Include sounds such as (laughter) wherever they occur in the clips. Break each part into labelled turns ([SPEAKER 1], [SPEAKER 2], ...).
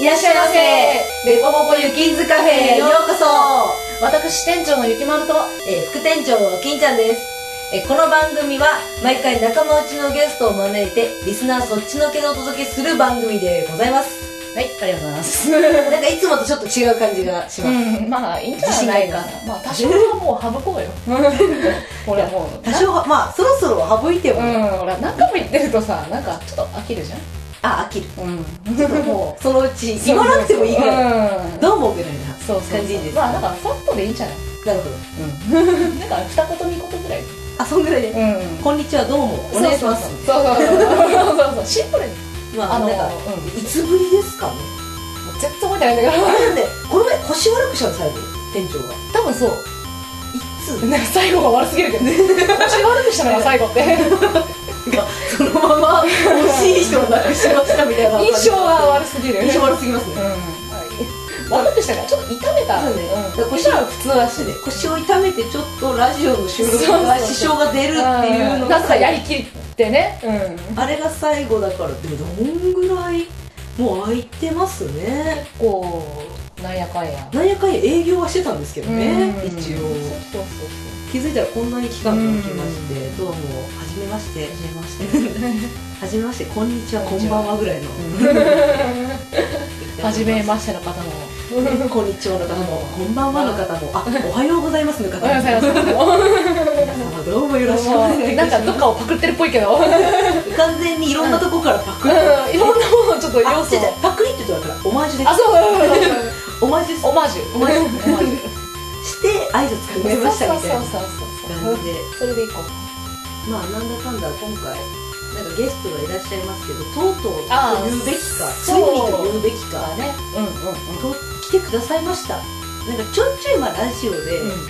[SPEAKER 1] いらっしゃいませ
[SPEAKER 2] デコボコゆきんずカフェへようこそ
[SPEAKER 1] 私店長のゆきまると
[SPEAKER 2] えー副店長の金ちゃんですえーこの番組は毎回仲間内のゲストを招いてリスナーそっちのけでお届けする番組でございます
[SPEAKER 1] はいありがとうございます
[SPEAKER 2] (laughs) なんかいつもとちょっと違う感じがします、
[SPEAKER 1] うんまあいいんじゃないかな
[SPEAKER 2] 自
[SPEAKER 1] まあ多少はもう省こ
[SPEAKER 2] (laughs)
[SPEAKER 1] うよこれもう
[SPEAKER 2] 多少はまあそろそろは省いても、
[SPEAKER 1] うんほら何回も言ってるとさなんかちょっと飽きるじゃん
[SPEAKER 2] あ飽きる
[SPEAKER 1] う
[SPEAKER 2] (laughs)
[SPEAKER 1] ん
[SPEAKER 2] ちょっともうその (laughs) うち言わなくてもいいぐらい
[SPEAKER 1] ら
[SPEAKER 2] どうもぐらいな
[SPEAKER 1] そうそう
[SPEAKER 2] 感じです
[SPEAKER 1] まあなんかさっとでいいんじゃない
[SPEAKER 2] なるほど
[SPEAKER 1] うんなんか二言三言ぐらい
[SPEAKER 2] あそんぐらいで
[SPEAKER 1] うん
[SPEAKER 2] こんにちはどうもお願いします
[SPEAKER 1] そうそうそうそうそうそうシンプルに
[SPEAKER 2] まあ
[SPEAKER 1] あの
[SPEAKER 2] なんか
[SPEAKER 1] うん
[SPEAKER 2] いつぶりですかね
[SPEAKER 1] 全然覚えてないんだけど
[SPEAKER 2] あれだねこの前腰悪くしたの最後店長が
[SPEAKER 1] 多分そう
[SPEAKER 2] いつ
[SPEAKER 1] なんか最後が悪すぎるけ
[SPEAKER 2] (laughs)
[SPEAKER 1] ど私悪くしたのが最後って
[SPEAKER 2] がそのまま欲しい人をなくしましたみたいな感じ
[SPEAKER 1] 印象が悪すぎる
[SPEAKER 2] 印象悪すぎます
[SPEAKER 1] う
[SPEAKER 2] ね
[SPEAKER 1] ん、悪くしたからちょっと痛めた
[SPEAKER 2] そうね
[SPEAKER 1] う
[SPEAKER 2] だ
[SPEAKER 1] ん
[SPEAKER 2] から腰は普通足で腰を痛めてちょっとラジオの収録が支障が出るっていうのが
[SPEAKER 1] なんかやりきってねうん
[SPEAKER 2] あれが最後だからでもどんぐらいもう空いてますね
[SPEAKER 1] こうなんやかんや
[SPEAKER 2] なんやかんや営業はしてたんですけどね
[SPEAKER 1] うん
[SPEAKER 2] 一
[SPEAKER 1] そう
[SPEAKER 2] 応
[SPEAKER 1] そうそうそう
[SPEAKER 2] 気づいたらこんなに期間が空きましてどうも初めまして
[SPEAKER 1] 初めまして
[SPEAKER 2] (laughs) 初めましてこんにちは
[SPEAKER 1] こ
[SPEAKER 2] こ
[SPEAKER 1] んにち
[SPEAKER 2] ん
[SPEAKER 1] は
[SPEAKER 2] ばんはぐらいの
[SPEAKER 1] 初めましての方も
[SPEAKER 2] (laughs) こんにちはの方も、こんばんはの方も、
[SPEAKER 1] (laughs)
[SPEAKER 2] あ、おはようございますの方
[SPEAKER 1] おはようござい
[SPEAKER 2] も、
[SPEAKER 1] ま
[SPEAKER 2] 皆様どうもよろしくお願いいた
[SPEAKER 1] す
[SPEAKER 2] します
[SPEAKER 1] なんか。どっかをパクってるっぽいけどうんい
[SPEAKER 2] 完全にいろんなとこからパクリ。
[SPEAKER 1] ろんなものちょっと
[SPEAKER 2] あ
[SPEAKER 1] 要素
[SPEAKER 2] 違う違うパクリって言ったら、オマージュで
[SPEAKER 1] あそうそうそうそう
[SPEAKER 2] す。オマージュです。
[SPEAKER 1] オマージュ
[SPEAKER 2] オマージュ
[SPEAKER 1] オマージュ
[SPEAKER 2] して、挨拶考えましたみたいな
[SPEAKER 1] そうそうそうそう
[SPEAKER 2] 感じで、
[SPEAKER 1] それでいこう
[SPEAKER 2] まあ、なんだかんだ今回、なんかゲストがいらっしゃいますけど、とうとう
[SPEAKER 1] あー
[SPEAKER 2] と言うべきか、つい
[SPEAKER 1] そう
[SPEAKER 2] にと言うべきか、
[SPEAKER 1] ねうんうん
[SPEAKER 2] と来てくださいました。なんかちょいちょいまあラジオで、
[SPEAKER 1] うん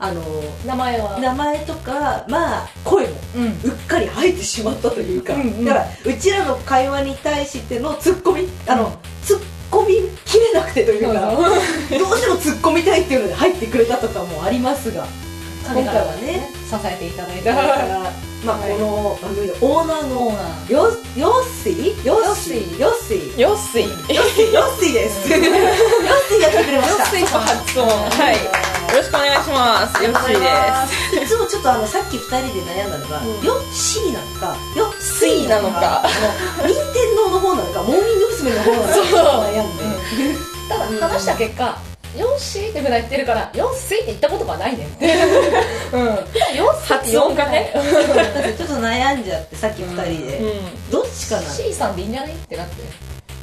[SPEAKER 2] あの、
[SPEAKER 1] 名前は
[SPEAKER 2] 名前とか、まあ、声も。
[SPEAKER 1] うん
[SPEAKER 2] うっかり入ってしまったというか、
[SPEAKER 1] うんうん
[SPEAKER 2] だからうちらの会話に対してのツッコミあの、ツッコミ切れなくてというか、どうしてもツッコみたいっていうので入ってくれたとかもありますが
[SPEAKER 1] 今
[SPEAKER 2] 今回
[SPEAKER 1] 回は
[SPEAKER 2] は
[SPEAKER 1] ね
[SPEAKER 2] ね
[SPEAKER 1] 支えていただい
[SPEAKER 2] だか
[SPEAKER 1] た
[SPEAKER 2] ら、まあ、
[SPEAKER 1] はい
[SPEAKER 2] この番組のオーナー
[SPEAKER 1] コー
[SPEAKER 2] の
[SPEAKER 1] ナー
[SPEAKER 2] よよっしーよっしーよっしー
[SPEAKER 1] よっすいよ
[SPEAKER 2] よっしーよっしー
[SPEAKER 1] (laughs)
[SPEAKER 2] ですよっしーがやってくれました
[SPEAKER 3] の発音はいよろしくお願いしますよろしいです
[SPEAKER 2] いつもちょっとあのさっき2人で悩んだのが、
[SPEAKER 3] うん
[SPEAKER 2] よっしーなのかよっ
[SPEAKER 3] スイなのか
[SPEAKER 2] あの任天堂の方なのかモーニング娘。の方なのか悩んで、
[SPEAKER 1] (laughs) ただ話した結果よっしーって普段言ってるからよっすいって言ったことが (laughs) ないねうん普段よっすいって呼んでない
[SPEAKER 3] 発
[SPEAKER 2] だってちょっと悩んじゃってさっき2人で、
[SPEAKER 3] う
[SPEAKER 2] どっちかな
[SPEAKER 1] しーさんでいいんじゃないってなって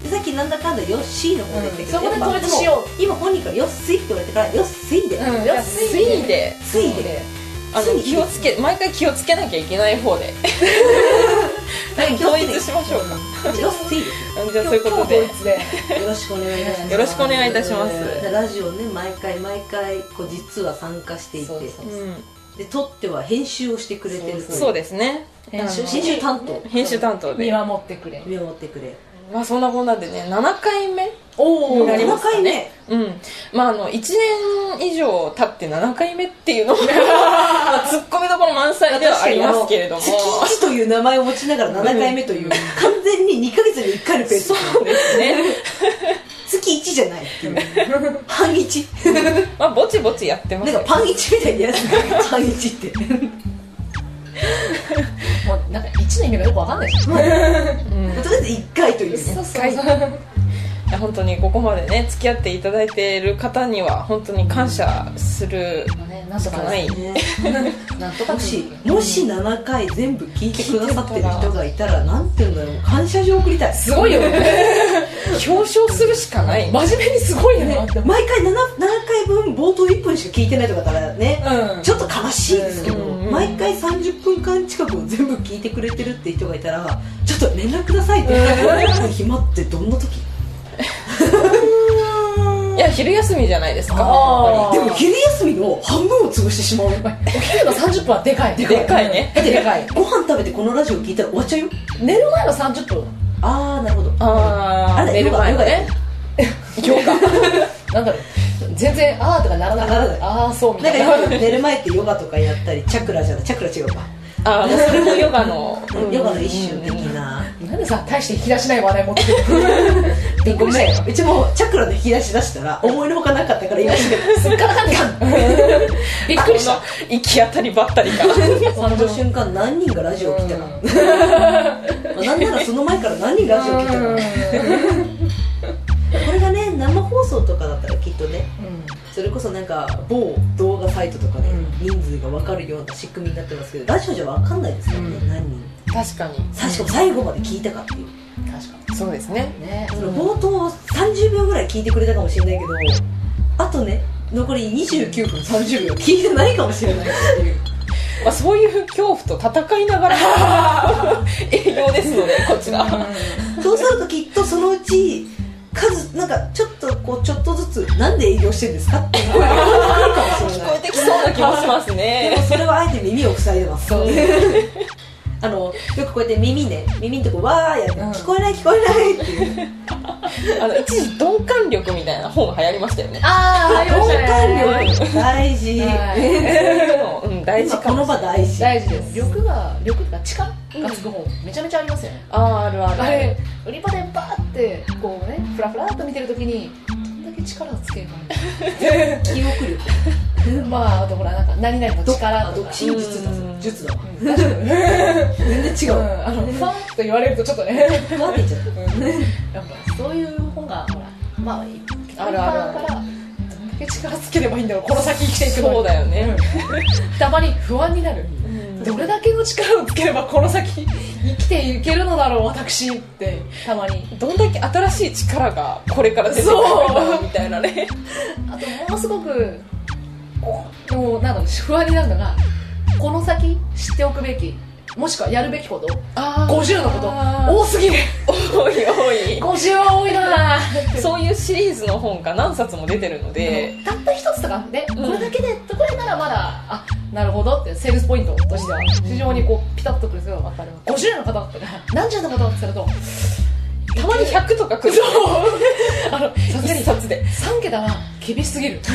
[SPEAKER 2] でさっきなんだかんだよっしーの方で言ったけど、や
[SPEAKER 1] うんそこで
[SPEAKER 2] っぱ
[SPEAKER 1] 統一しよ
[SPEAKER 2] 今本人からよっすいって言われてからよっすいで、
[SPEAKER 1] うん
[SPEAKER 3] んスイで
[SPEAKER 2] ついで
[SPEAKER 3] あ
[SPEAKER 2] つい
[SPEAKER 3] の
[SPEAKER 2] に
[SPEAKER 3] 気をつけ毎回気をつけなきゃいけない方で
[SPEAKER 2] なんか
[SPEAKER 3] 統
[SPEAKER 2] 気を
[SPEAKER 3] 一
[SPEAKER 2] つ
[SPEAKER 3] しましょうか
[SPEAKER 2] けてよっすいで
[SPEAKER 3] じゃあそういうこと
[SPEAKER 1] ド
[SPEAKER 3] で
[SPEAKER 1] イツで
[SPEAKER 2] よろしくお願いいたします
[SPEAKER 3] よろしくお願いいたします
[SPEAKER 2] でラジオね毎回毎回こう実は参加していて
[SPEAKER 1] そうそう
[SPEAKER 3] う
[SPEAKER 2] で撮っては編集をしてくれてる
[SPEAKER 3] んそう
[SPEAKER 2] で
[SPEAKER 3] ですね
[SPEAKER 1] 編集
[SPEAKER 2] 編集担当
[SPEAKER 3] 編集担当
[SPEAKER 1] 見
[SPEAKER 3] で
[SPEAKER 1] 守ってくれ
[SPEAKER 2] 見守ってくれ
[SPEAKER 3] まあそんなこんなでね7回目
[SPEAKER 1] お
[SPEAKER 3] ーなります
[SPEAKER 2] 7回目
[SPEAKER 3] うんまああの1年以上経って7回目っていうのも (laughs) まあツッコミどころ満載ではありますけれども
[SPEAKER 2] 月一という名前を持ちながら7回目という、完全に2ヶ月に1回のペース
[SPEAKER 3] そうですね
[SPEAKER 2] 月1じゃないっていう半一
[SPEAKER 3] まあぼちぼちやってま
[SPEAKER 2] な
[SPEAKER 3] す
[SPEAKER 2] んかパン一みたいにやらせて半一って
[SPEAKER 1] もうなんか1の意味がよくわかんないし
[SPEAKER 3] うん
[SPEAKER 2] とりあえず1回というね
[SPEAKER 1] うそうそう
[SPEAKER 3] いや本当にここまでね付き合っていただいている方には本当に感謝する
[SPEAKER 1] ねなんとか
[SPEAKER 3] ない
[SPEAKER 2] ね
[SPEAKER 1] なんとか
[SPEAKER 2] もしもし7回全部聞いてくださってる人がいたらなんていうんだろう感謝状送りたい
[SPEAKER 1] すごいよね
[SPEAKER 3] 表彰するしかないま
[SPEAKER 1] 真面目にすごいよね
[SPEAKER 2] ね毎回 7, 7回分冒頭1分しか聞いてないとかだからね、
[SPEAKER 1] うん
[SPEAKER 2] ちょっと悲しいですけど、
[SPEAKER 3] うん
[SPEAKER 2] 毎回30分間近くを全部聞いてくれてるって人がいたらちょっと連絡くださいって暇ってどんな時
[SPEAKER 3] いや昼休みじゃないですか
[SPEAKER 1] あー
[SPEAKER 2] でも昼休みの半分を潰してしまう
[SPEAKER 1] お昼の30分はでかい
[SPEAKER 3] やっぱりでかいね
[SPEAKER 1] だってでかい
[SPEAKER 2] ご飯食べてこのラジオ聞いたら終わっちゃうよ
[SPEAKER 1] 寝る前の30分
[SPEAKER 2] ああなるほど
[SPEAKER 3] あ
[SPEAKER 2] あ
[SPEAKER 3] あ
[SPEAKER 2] れ
[SPEAKER 3] 寝る前はねヨ
[SPEAKER 1] (laughs) な
[SPEAKER 3] ガ
[SPEAKER 1] んだろう全然あーとかならな
[SPEAKER 2] な
[SPEAKER 1] からっ
[SPEAKER 2] ない
[SPEAKER 1] たああーそうみ
[SPEAKER 2] なん
[SPEAKER 1] た
[SPEAKER 2] か
[SPEAKER 1] い
[SPEAKER 2] よ
[SPEAKER 1] な
[SPEAKER 2] く寝る前ってヨガとかやったりチャクラじゃないチャクラ違うか、
[SPEAKER 3] あーそれもヨガの
[SPEAKER 1] (laughs)
[SPEAKER 2] ヨガの一種的な
[SPEAKER 1] なんでさ大して引き出しない話題持ってくるびっく
[SPEAKER 2] (laughs) ご
[SPEAKER 1] り
[SPEAKER 2] め
[SPEAKER 1] したよ
[SPEAKER 2] んうちもチャクラで引き出し出したら思いのほかなかったから今閉めた
[SPEAKER 1] すっからかんでびっくりし
[SPEAKER 3] こ
[SPEAKER 1] た
[SPEAKER 3] の行き当たりばったり
[SPEAKER 1] (laughs)
[SPEAKER 3] が
[SPEAKER 2] その瞬間何人がラジオ来た (laughs) な、なんならその前から何人ラジオ来たな、これがね生放送とかだったらきっとねそれこそなんか某動画サイトとかで人数が分かるような仕組みになってますけどラジオじゃ分かんないですからね、
[SPEAKER 1] うん
[SPEAKER 2] 何人
[SPEAKER 3] 確かに
[SPEAKER 2] さしかも最後まで聞いたかっていう
[SPEAKER 1] 確か
[SPEAKER 3] そうですね
[SPEAKER 1] にね
[SPEAKER 2] その冒頭30秒ぐらい聞いてくれたかもしれないけどあとね残り29分30秒聞いてないかもしれないっていう
[SPEAKER 3] まあ、そういう恐怖と戦いながら
[SPEAKER 1] (laughs)
[SPEAKER 3] 営業ですのでこちら、
[SPEAKER 2] そうするときっとそのうち数なんかちょっとこうちょっとずつなんで営業してるんですかって声
[SPEAKER 1] (laughs)
[SPEAKER 2] が聞こえてくるかもしれ
[SPEAKER 3] 聞
[SPEAKER 2] な
[SPEAKER 3] こえ
[SPEAKER 2] い
[SPEAKER 3] てきそうな気もします
[SPEAKER 2] で
[SPEAKER 3] ね
[SPEAKER 2] もそれはあえて耳を塞いでます
[SPEAKER 1] そう
[SPEAKER 2] (laughs) あのよくこうやって耳ね耳のとこわーやる、
[SPEAKER 1] うん
[SPEAKER 2] 聞こえない聞こえないっていう
[SPEAKER 3] あの一時鈍感力みたいな本が流行りましたよ
[SPEAKER 1] (laughs)
[SPEAKER 3] ね
[SPEAKER 1] ああ
[SPEAKER 2] 鈍感力大事、
[SPEAKER 1] はい
[SPEAKER 3] そういうの、うん、大事
[SPEAKER 2] 今
[SPEAKER 3] か
[SPEAKER 2] こ
[SPEAKER 3] も
[SPEAKER 2] の場大事
[SPEAKER 1] 大事です力が力が力がつく本めちゃめちゃありますよね
[SPEAKER 3] あああるある
[SPEAKER 1] あれ売り場でバーってこうねフラフラっと見てるときにどんだけ力をつけるかみたいな
[SPEAKER 2] 記憶力
[SPEAKER 1] まああとほらなんか何々の力と
[SPEAKER 2] 独
[SPEAKER 1] か
[SPEAKER 2] 身術だぞ
[SPEAKER 3] うん
[SPEAKER 2] 術だわ
[SPEAKER 1] うん確かに
[SPEAKER 2] 全然違
[SPEAKER 1] う
[SPEAKER 2] う、うん
[SPEAKER 1] あのファンって言われるとちょっとね
[SPEAKER 2] って言っちゃっ
[SPEAKER 1] やっぱそういう本がほらまあ
[SPEAKER 3] あるあ
[SPEAKER 1] 一
[SPEAKER 3] る
[SPEAKER 1] 般からどんだけ力つければいいんだろうこの先生きていくのに
[SPEAKER 3] そうだよね、
[SPEAKER 1] たまに不安になるどれだけの力をつければこの先生きていけるのだろう私ってたまに
[SPEAKER 3] どんだけ新しい力がこれから出てくるんだろうみたいなね
[SPEAKER 1] あとものすごくこうもうなんか不安になるのがこの先知っておくべきもしくはやるべきこと
[SPEAKER 3] あー
[SPEAKER 1] 50の
[SPEAKER 3] あ
[SPEAKER 1] こ
[SPEAKER 3] ー
[SPEAKER 1] と多すぎる
[SPEAKER 3] 多い多い
[SPEAKER 1] 50は多いな
[SPEAKER 3] そういうシリーズの本が何冊も出てるので、
[SPEAKER 1] たった一つとかで、
[SPEAKER 3] うん
[SPEAKER 1] これだけでこれならまだあなるほどってセールスポイントとしては非常にこうピタッとくるんですよ
[SPEAKER 3] わかるわか
[SPEAKER 1] 50の方とか何十の方って言ると
[SPEAKER 3] るたまに100とか来る
[SPEAKER 1] (laughs) あのさすが
[SPEAKER 3] 1
[SPEAKER 1] に
[SPEAKER 3] 冊で
[SPEAKER 1] 3桁は厳しすぎる
[SPEAKER 2] た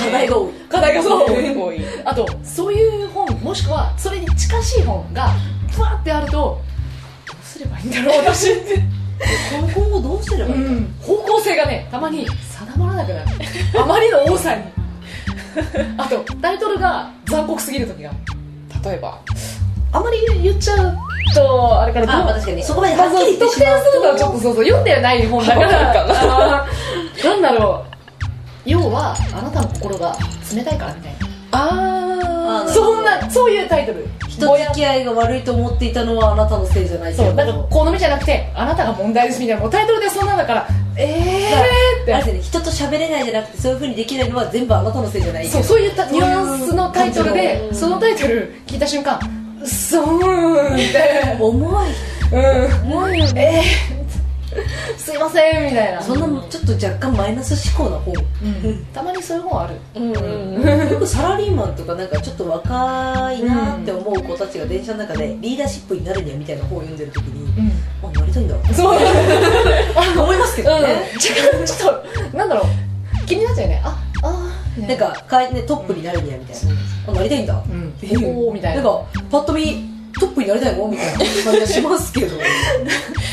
[SPEAKER 2] 課題が多い
[SPEAKER 1] 課題がそう
[SPEAKER 3] 多い多い
[SPEAKER 1] あとそういう本もしくはそれに近しい本がふわってあるとどうすればいいんだろう私って、
[SPEAKER 2] 今後どうすればいいの、
[SPEAKER 1] 方向性がねたまに定まらなくなるあまりの多さにあとタイトルが残酷すぎる時がある
[SPEAKER 3] 例えば
[SPEAKER 1] あまり言っちゃうとあれから
[SPEAKER 2] あまあ確かにそこまではっきり言って
[SPEAKER 1] 特
[SPEAKER 2] しま
[SPEAKER 1] 定
[SPEAKER 2] う
[SPEAKER 1] するのはちょっ
[SPEAKER 2] と
[SPEAKER 1] とそうそう読んでない本だから
[SPEAKER 3] か
[SPEAKER 1] あーなんだろう要はあなたの心が冷たいからみたい
[SPEAKER 3] あ
[SPEAKER 2] あ
[SPEAKER 1] な
[SPEAKER 2] ー
[SPEAKER 1] そんなそういうタイトル
[SPEAKER 2] 人付き合いが悪いと思っていたのはあなたのせいじゃないけ
[SPEAKER 1] そ
[SPEAKER 2] ど
[SPEAKER 1] うなんか好みじゃなくてあなたが問題ですみたいなもうタイトルでそんなんだからえーっ
[SPEAKER 2] あれ
[SPEAKER 1] て
[SPEAKER 2] ですね人と喋れないじゃなくてそういうふうにできないのは全部あなたのせいじゃない
[SPEAKER 1] そうそういったニュアンスのタイトル
[SPEAKER 2] そういう感じ
[SPEAKER 1] で
[SPEAKER 2] の
[SPEAKER 1] そのタイトル聞いた瞬間うっそーんって
[SPEAKER 2] 重い
[SPEAKER 1] うんもうえーすいませんみたいな
[SPEAKER 2] そんなちょっと若干マイナス思考な方
[SPEAKER 1] うんたまにそういう本ある
[SPEAKER 3] うんうんうん
[SPEAKER 2] よくサラリーマンとかなんかちょっと若いなって思う子たちが電車の中でリーダーシップになるにはみたいな本を読んでる時に
[SPEAKER 1] うん
[SPEAKER 2] あなりたいんだろう
[SPEAKER 1] そう
[SPEAKER 2] (laughs) な思いますけどね、
[SPEAKER 1] ちょちょっとなんだろう気になっちゃうよねああー
[SPEAKER 2] なんかかえ、ね、トップになるにはみたいなあなりたいんだ
[SPEAKER 1] うん
[SPEAKER 2] っていう
[SPEAKER 1] おーみたいなん
[SPEAKER 2] かパッと見トップになりたいのみたいな感じがしますけど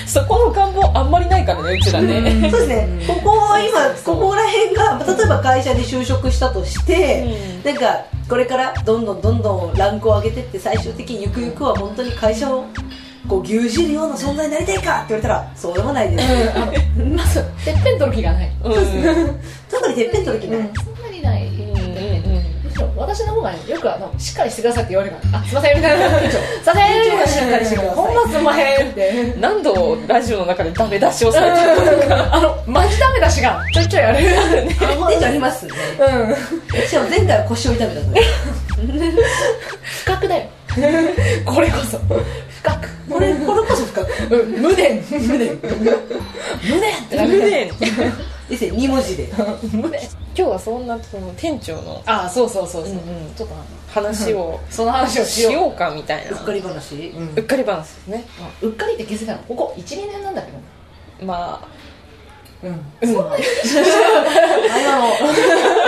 [SPEAKER 3] そこの願望あんまりないからねうちらね
[SPEAKER 2] そうですね、ここは今、ここら辺が、例えば会社に就職したとして、なんか、これからどんどんどんどんランクを上げてって、最終的にゆくゆくは本当に会社をこう牛耳るような存在になりたいかって言われたら、そうでもないです。
[SPEAKER 1] うんあのまずてっぺん取る気がない
[SPEAKER 3] うんうん
[SPEAKER 2] 特にてっぺん取る気ない。
[SPEAKER 1] そんなにない
[SPEAKER 3] うん
[SPEAKER 1] むしろ私の方がねよくあのしっかりしてくださいって言われるからあすいませんみた
[SPEAKER 2] (laughs)
[SPEAKER 1] いなすいません
[SPEAKER 2] しっかりしてください
[SPEAKER 1] ほんますいませんって
[SPEAKER 3] うん何度ラジオの中でダメ出しをされてる
[SPEAKER 1] あのマジダメ出しがちょいちょいある
[SPEAKER 2] ってなりますね。
[SPEAKER 1] うん
[SPEAKER 2] しかも前回は腰を痛めたので。
[SPEAKER 1] 不覚だよこれこそ不覚
[SPEAKER 2] これ、これこそ深く。
[SPEAKER 1] うん無念無念無念ってなる
[SPEAKER 3] ね
[SPEAKER 2] ですね、2文字で。
[SPEAKER 1] 無念
[SPEAKER 3] 今日はそんなその店長の
[SPEAKER 1] ああそうそうそうそう、
[SPEAKER 3] うんうん
[SPEAKER 1] ちょっとなんか
[SPEAKER 3] 話を
[SPEAKER 1] その話をし
[SPEAKER 3] し
[SPEAKER 1] よう
[SPEAKER 3] ようかみたいう
[SPEAKER 2] っ
[SPEAKER 3] な
[SPEAKER 2] かり話。
[SPEAKER 1] うん
[SPEAKER 3] うっかり話ですね
[SPEAKER 1] まあうっかりって気づいたのここ12年なんだけど
[SPEAKER 3] まあ
[SPEAKER 1] うん、そん
[SPEAKER 2] 今の、
[SPEAKER 1] な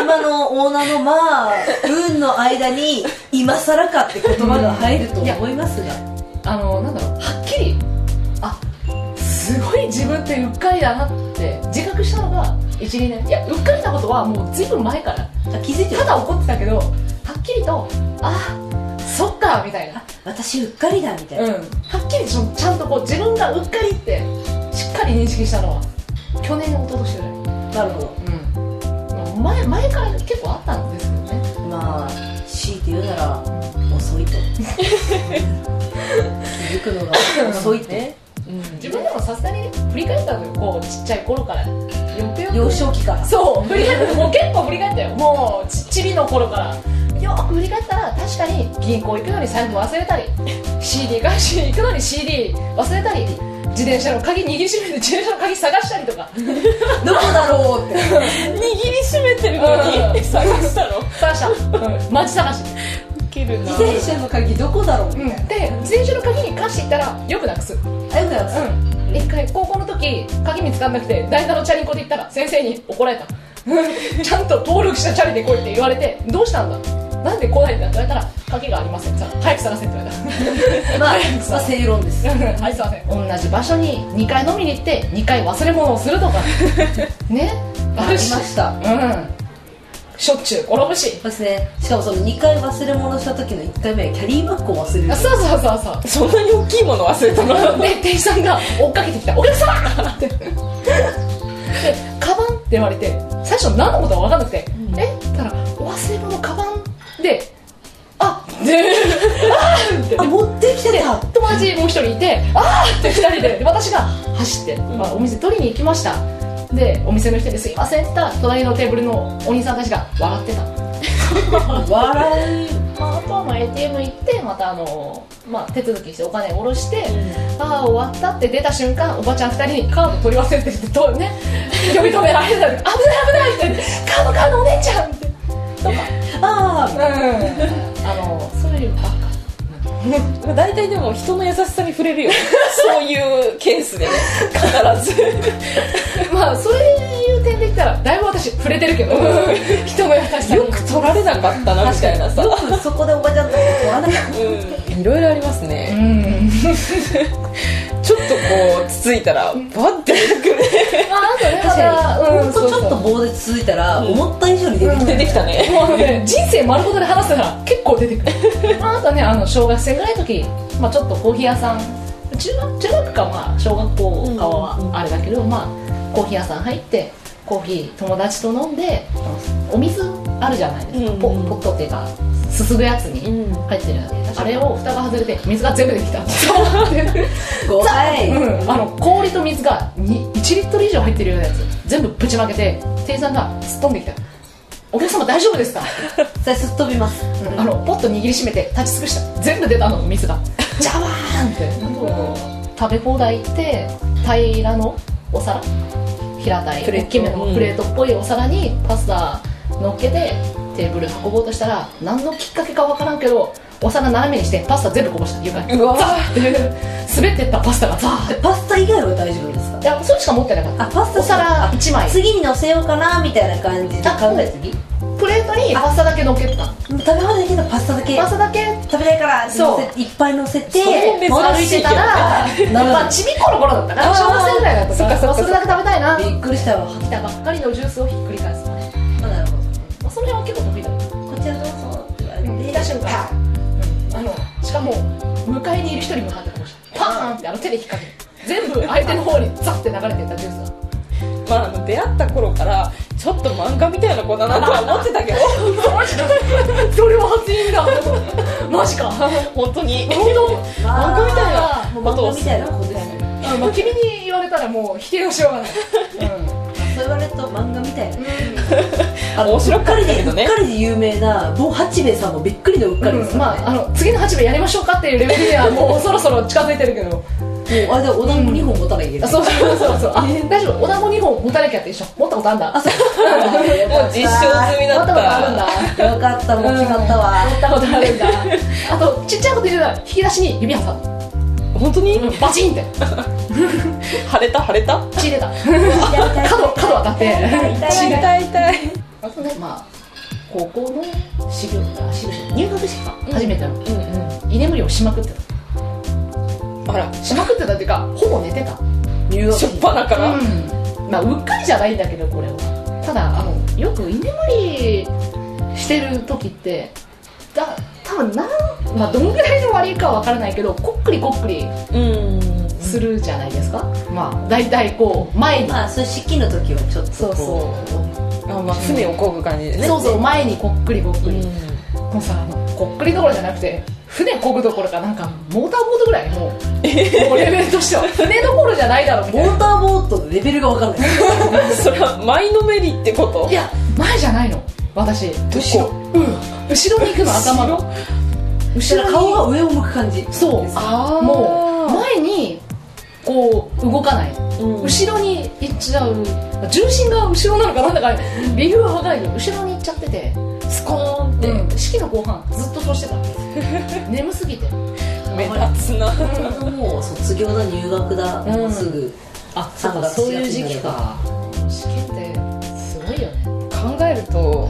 [SPEAKER 2] 今のオーナーのまあ、運の間に、今更かって言葉が入ると思いますが。
[SPEAKER 1] あのなんだろうはっきりあすごい自分っってうっかりだなって自覚したのが12年いやうっかりなことはもうずいぶん前から
[SPEAKER 2] あ気づいて
[SPEAKER 1] た
[SPEAKER 2] る
[SPEAKER 1] だ怒ってたけどはっきりとあそっかみたいな
[SPEAKER 2] 私うっかりだみたいな、
[SPEAKER 1] うん、はっきりちょちゃんとこう自分がうっかりってしっかり認識したのは去年一昨年ぐらい、
[SPEAKER 2] なるほど
[SPEAKER 1] うん、前前から結構あったんですけどね
[SPEAKER 2] まあ強いて言うなら遅い
[SPEAKER 1] (laughs)
[SPEAKER 2] と気づくのが遅いって
[SPEAKER 3] ね、うん、
[SPEAKER 1] 自分でもさすがに振り返ったのよこうちっちゃい頃からよくよく
[SPEAKER 2] 幼少期から
[SPEAKER 1] そう振り返ってもう結構振り返ったよもうちちびの頃からよく振り返ったら確かに銀行行くのに財布忘れたり CD 返しに行くのに CD 忘れたり自転車の鍵握りしめて自転車の鍵探したりとか
[SPEAKER 2] どこだろうって
[SPEAKER 3] 握りしめてるの
[SPEAKER 1] うん
[SPEAKER 3] に探したの
[SPEAKER 1] 探した、うん、マジ探し
[SPEAKER 3] ウケるな
[SPEAKER 2] 自転車の鍵どこだろうみたいな、
[SPEAKER 1] で自転車の鍵に関して言ったらよくなくすうん
[SPEAKER 2] あよくやっ
[SPEAKER 1] 一回高校の時鍵見つかんなくて代打のチャリンコで行ったら先生に怒られたちゃんと登録したチャリで来いって言われてどうしたんだなんで来ないんだって言われたら鍵がありませんさ早く探せって言わ
[SPEAKER 2] たまあ、まあ、正論です
[SPEAKER 1] れたはいすいません同じ場所に2回飲みに行って2回忘れ物をすると (laughs) かね
[SPEAKER 2] ありました
[SPEAKER 1] うんしょっちゅう転ぶし
[SPEAKER 2] そうですねしかもその2回忘れ物した時の1回目はキャリーバッグを忘れる
[SPEAKER 1] あそうそうそうそう
[SPEAKER 3] そんなに大きいもの忘れたの
[SPEAKER 1] で店員さんが追っかけてきた「お客様!」 (laughs) ってで「カバン?」って言われて最初何のことか分かんなくて「えっ?」たら「お忘れ物カバンで」あ (laughs) であーって
[SPEAKER 2] あ持ってきてた
[SPEAKER 1] 友達もう一人いて「あーって2人でで私が走って、まあ、お店取りに行きましたでお店の人に「すいません」って言ったら隣のテーブルのお兄さんたちが笑ってた
[SPEAKER 2] 笑
[SPEAKER 1] まあ、あとはまあ ATM 行ってまたあの、まあ、手続きしてお金下ろして、ああ終わったって出た瞬間おばちゃん2人にカード取り忘れててとね呼び止められてたの危ない危ないってカードカードお姉ちゃんってとか
[SPEAKER 2] うあ
[SPEAKER 1] うんあのそういうばっか
[SPEAKER 3] 大体でも人の優しさに触れ (laughs) るよそういうケースでね必ず
[SPEAKER 1] (laughs) まあそういう点で言ったらだいぶ私触れてるけど、 (laughs) 人の優しさに
[SPEAKER 3] よく取られなかったなみたいな
[SPEAKER 2] あ
[SPEAKER 3] さ
[SPEAKER 2] よくそこでおばちゃんと笑った
[SPEAKER 3] いろいろあります
[SPEAKER 1] う
[SPEAKER 3] ね
[SPEAKER 1] ん
[SPEAKER 3] ちょっとこうつついたらバッて
[SPEAKER 1] まああとね
[SPEAKER 2] 確かに
[SPEAKER 1] う
[SPEAKER 2] ほ
[SPEAKER 1] ん
[SPEAKER 2] んとちょっと
[SPEAKER 1] そう
[SPEAKER 2] 棒でついたら思った以上に出てき
[SPEAKER 3] 出
[SPEAKER 2] て
[SPEAKER 3] てきたね
[SPEAKER 1] そうもうね人生丸ごとで話すから結構出てくるまああとねあの小学生ぐらいの時、まあ、ちょっとコーヒー屋さん中学中学かまあ小学校かはあれだけど、まあコーヒー屋さん入ってコーヒー友達と飲んでお水あるじゃないですか、
[SPEAKER 3] うん
[SPEAKER 1] ポポットっていうかすすぐやつに
[SPEAKER 3] ん
[SPEAKER 1] 入ってる、あれを蓋が外れて水が全部出てきた
[SPEAKER 2] ごはい、
[SPEAKER 1] うん、あの氷と水がに1リットル以上入ってるようなやつ全部ぶちまけて店員さんがすっ飛んできた「お客様大丈夫ですか?」
[SPEAKER 2] さあすっ飛びます、
[SPEAKER 1] あのポッと握りしめて立ち尽くした全部出たの水がジャワーンって食べ放題行って平らのお皿平たい
[SPEAKER 3] プレー
[SPEAKER 1] 大
[SPEAKER 3] ト
[SPEAKER 1] きめの
[SPEAKER 3] うん
[SPEAKER 1] プレートっぽいお皿にパスタ乗っけてテーブル運ぼうとしたら何のきっかけかわからんけどお皿斜めにしてパスタ全部こぼした床に
[SPEAKER 3] うわ
[SPEAKER 1] ザーって滑ってったパスタがザーって
[SPEAKER 2] パスタ以外は大丈夫ですか
[SPEAKER 1] いやそれしか持ってなかった
[SPEAKER 2] あパスタ
[SPEAKER 1] お皿1枚
[SPEAKER 2] 次に乗せようかなみたいな感じで考えた時
[SPEAKER 1] プレートにパスタだけ乗っけてたの
[SPEAKER 2] 食べ放題けどパスタだけ
[SPEAKER 1] パスタだけ
[SPEAKER 2] 食べたいから
[SPEAKER 1] そう
[SPEAKER 2] 乗せいっぱい乗せて
[SPEAKER 3] そう珍
[SPEAKER 1] 歩
[SPEAKER 3] し
[SPEAKER 1] いてたら、まあ、ちびっこの頃だったか
[SPEAKER 3] あ
[SPEAKER 1] ら
[SPEAKER 3] ー
[SPEAKER 1] 小学生ぐらいだったから
[SPEAKER 3] そっかそっか
[SPEAKER 1] それだけ食べたいな
[SPEAKER 2] びっくりしたわ
[SPEAKER 1] 来たばっかりのジュースをひっくり返すのね、
[SPEAKER 2] あなるほ
[SPEAKER 1] まあ、その辺は結構得意だった
[SPEAKER 2] どこちらどうぞって言われて、
[SPEAKER 1] 見た瞬間あのしかも向かいにいる人に向かってこうしたパーンってあの手で引っ掛ける全部相手の方にザッて流れてったジュースが
[SPEAKER 3] まああの出会った頃からちょっと漫画みたいな子だなとは思ってたけど
[SPEAKER 1] マジだ (laughs) (laughs) それは初耳だマジ (laughs) か
[SPEAKER 3] (laughs) 本当に
[SPEAKER 1] 本当
[SPEAKER 2] わ
[SPEAKER 3] 漫
[SPEAKER 2] あ
[SPEAKER 3] 画みたいな
[SPEAKER 2] もう
[SPEAKER 3] こ
[SPEAKER 2] 漫
[SPEAKER 3] とを
[SPEAKER 2] 画みたいな子ですね
[SPEAKER 1] あの君に言われたらもう否定のしようがない、
[SPEAKER 2] そう言われると漫画みたいなあ
[SPEAKER 3] 面白かったけどね
[SPEAKER 2] うっかりでうっかりで有名な某八兵衛さんもびっくりのうっかりです
[SPEAKER 1] うんま
[SPEAKER 2] まあ
[SPEAKER 1] あ、あの次の8部やりましょうかっていうレベルにはもうそろそろ近づいてるけど
[SPEAKER 2] もうあれでお団子2本持たなきゃいけ
[SPEAKER 1] あ
[SPEAKER 2] ない
[SPEAKER 1] そうそうそうそうあ大丈夫お団子2本持たなきゃって一緒持ったことあんだ
[SPEAKER 2] あそう
[SPEAKER 3] もう実証済みだ
[SPEAKER 1] 持
[SPEAKER 3] っ
[SPEAKER 1] ったことあるん
[SPEAKER 3] た
[SPEAKER 1] だ
[SPEAKER 2] よかったもう決まったわ
[SPEAKER 1] 持ったことあるんだあとちっちゃいこと言うなら引き出しに指挟む
[SPEAKER 3] 本当に
[SPEAKER 1] バチンって
[SPEAKER 3] 腫れた腫れた
[SPEAKER 1] 血入れた
[SPEAKER 2] 痛い
[SPEAKER 1] 角角当たって
[SPEAKER 2] 痛い痛い
[SPEAKER 3] 痛い痛い
[SPEAKER 1] あとねまあ高校の修行あ修行入学式か初めての
[SPEAKER 3] うんうん
[SPEAKER 1] 居眠りをしまくってた
[SPEAKER 3] あら
[SPEAKER 1] しまくってたっていうかほぼ寝てた
[SPEAKER 2] 入学
[SPEAKER 3] しょっぱなから、
[SPEAKER 1] うんまあ、うっかりじゃないんだけどこれはただあのよく居眠りしてる時ってだ多分なん、まあ、どんぐらいの割合かは分からないけどこっくりこっくり
[SPEAKER 3] うん
[SPEAKER 1] するじゃないですか、まあ大体こう前に
[SPEAKER 2] まあそういう式の時はちょっと
[SPEAKER 1] そう
[SPEAKER 2] こ
[SPEAKER 1] そ
[SPEAKER 3] あまあ船を漕ぐ感じで
[SPEAKER 1] う、
[SPEAKER 3] ね
[SPEAKER 1] そうそう前にこっくりこっく
[SPEAKER 3] う
[SPEAKER 1] り、
[SPEAKER 3] ん
[SPEAKER 1] もうさあのこっくりどころじゃなくて船こぐどころかなんかモーターボートぐらいもうもうレベルとしては船どころじゃないだろうみたい
[SPEAKER 2] モーターボートのレベルが分かんない
[SPEAKER 3] それは前のめりってこと
[SPEAKER 1] ないや前じゃないの私
[SPEAKER 3] 後ろ
[SPEAKER 1] うん後ろに行くの頭の後ろに
[SPEAKER 2] 顔が上を向く感じ
[SPEAKER 1] そう
[SPEAKER 2] です
[SPEAKER 3] あー
[SPEAKER 1] もう前にこう動かない
[SPEAKER 3] うん
[SPEAKER 1] 後ろに行っちゃう重心が後ろなのかなんだか理由は分かるよ後ろに行っちゃってて
[SPEAKER 3] スコーンって、
[SPEAKER 1] で式の後半ずっとそうしてた (laughs) 眠すぎて
[SPEAKER 3] 目立つな
[SPEAKER 2] ちょうどもう卒業だ入学だ、
[SPEAKER 1] うん
[SPEAKER 2] すぐ
[SPEAKER 1] あ
[SPEAKER 2] そうかそういう時期か
[SPEAKER 1] 試験ってすごいよね
[SPEAKER 3] 考えると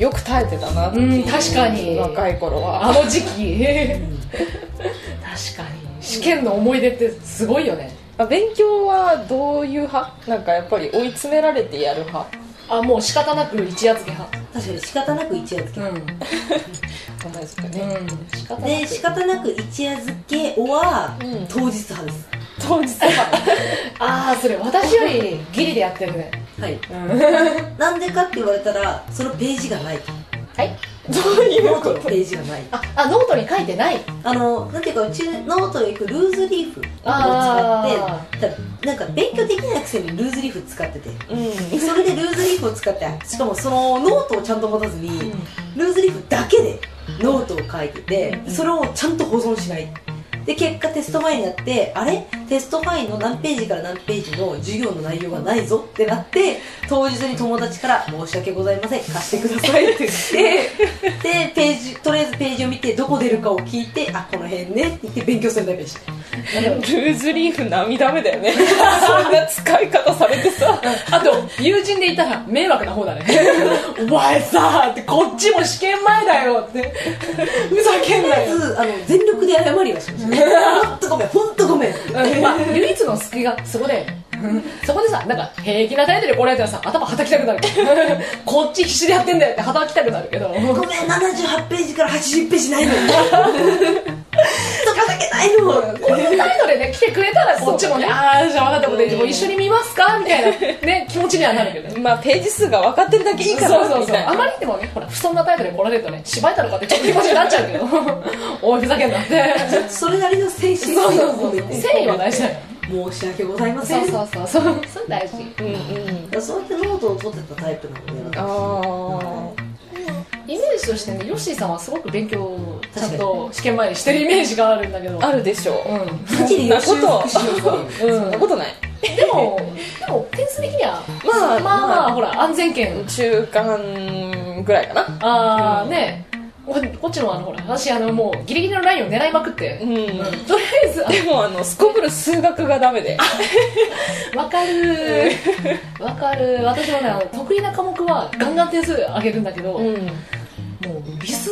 [SPEAKER 3] よく耐えてたなっていう
[SPEAKER 1] うん確かに
[SPEAKER 3] 若い頃は
[SPEAKER 1] あの時期 (laughs) 確かに試験の思い出ってすごいよね
[SPEAKER 3] あ勉強はどういう派なんかやっぱり追い詰められてやる派
[SPEAKER 1] あもう仕方なく一夜漬け派
[SPEAKER 2] 確かに仕方なく一夜漬け、
[SPEAKER 1] う
[SPEAKER 3] 同じですか
[SPEAKER 1] ん、
[SPEAKER 3] ね、
[SPEAKER 1] うん、仕方なく
[SPEAKER 2] で仕方なく一夜漬けは、
[SPEAKER 3] うん
[SPEAKER 2] 当日派です
[SPEAKER 3] 当日 (laughs) は
[SPEAKER 1] ああそれ私よりギリでやってるね
[SPEAKER 2] はい
[SPEAKER 1] う
[SPEAKER 2] (laughs)
[SPEAKER 1] ん
[SPEAKER 2] なんでかって言われたらそのページがない
[SPEAKER 1] はい
[SPEAKER 3] どういう
[SPEAKER 2] ノー
[SPEAKER 3] こ
[SPEAKER 2] トの
[SPEAKER 3] と
[SPEAKER 2] ページがない
[SPEAKER 1] ああノートに書いてない
[SPEAKER 2] あのなんていうかうちノートで行くルーズリーフを使
[SPEAKER 1] あ
[SPEAKER 2] ってたなんか勉強できないくせにルーズリーフ使ってて
[SPEAKER 3] うん
[SPEAKER 2] それでルーズリーフを使ってしかもそのノートをちゃんと持たずに、ルーズリーフだけでノートを書いててそれをちゃんと保存しないで結果テスト前になってあれテスト範囲の何ページから何ページの授業の内容がないぞってなって当日に友達から「申し訳ございません貸してください」って言って (laughs) でページとりあえずページを見てどこ出るかを聞いて「あこの辺ね」って言って勉強するだけでした
[SPEAKER 3] ルーズリーフ涙目だよねそんな使い方されてさ
[SPEAKER 1] あと友人でいたら迷惑な方だねお前さってこっちも試験前だよってふざけん
[SPEAKER 2] ま
[SPEAKER 1] なよ
[SPEAKER 2] ずあの全力で謝りはしま (laughs) した「ほんとごめんほんとごめん」
[SPEAKER 1] うんまあ、唯一の救いがそこで、そこでさなんか平気な態度で来られたらさ頭はたきたくなるこっち必死でやってんだよってはたきたくなるけど
[SPEAKER 2] ごめん78ページから80ページないのとかだけないの
[SPEAKER 1] こういう態度でね来てくれたらこっちもねああじゃあ分かったことで、もう一緒に見ますかみたいな、ね、気持ちにはなるけどね
[SPEAKER 3] まあページ数が分かってるだけいいから
[SPEAKER 1] そうそう
[SPEAKER 3] み
[SPEAKER 1] そう
[SPEAKER 3] たいな
[SPEAKER 1] あまりにもねほら不遜な態度で来られるとね芝居たのかってちょっと気持ちになっちゃうけど (laughs) おいふざけんなって
[SPEAKER 2] それなりの精神
[SPEAKER 1] そう
[SPEAKER 2] 性
[SPEAKER 1] そ
[SPEAKER 2] を込
[SPEAKER 1] うそ
[SPEAKER 2] め
[SPEAKER 1] う
[SPEAKER 2] て
[SPEAKER 1] 誠意は大事だよ
[SPEAKER 2] 申し訳ございませ
[SPEAKER 1] そ
[SPEAKER 2] ん
[SPEAKER 1] う
[SPEAKER 2] そう
[SPEAKER 1] そうそうそうそれ大事
[SPEAKER 3] うんうん
[SPEAKER 2] やってノートを取ってたタイプなので
[SPEAKER 3] あ
[SPEAKER 1] イメージとしてねヨッシーさんはすごく勉強をちゃんと試験前にしてるイメージがあるんだけど
[SPEAKER 3] ああるでしょ
[SPEAKER 1] うん
[SPEAKER 2] マジで予習
[SPEAKER 3] そんなこと
[SPEAKER 2] 復習をす
[SPEAKER 3] う、
[SPEAKER 2] る
[SPEAKER 3] そんなことない
[SPEAKER 1] でも、でも点数的には、
[SPEAKER 3] ま
[SPEAKER 1] ま
[SPEAKER 3] あ
[SPEAKER 1] あ、まあ、
[SPEAKER 3] まあ
[SPEAKER 1] ほら、安全圏。
[SPEAKER 3] 中間ぐらいかな
[SPEAKER 1] ああ、ねここっちのあの、ほら、私、あの、もう、ギリギリのラインを狙いまくって。
[SPEAKER 3] うん
[SPEAKER 1] とりあえず、
[SPEAKER 3] でもあのすこぶる数学がダメで
[SPEAKER 1] あわかる。わかる。私もね、あの得意な科目は、ガンガン点数上げるんだけど、もう、
[SPEAKER 3] ん
[SPEAKER 1] 理数、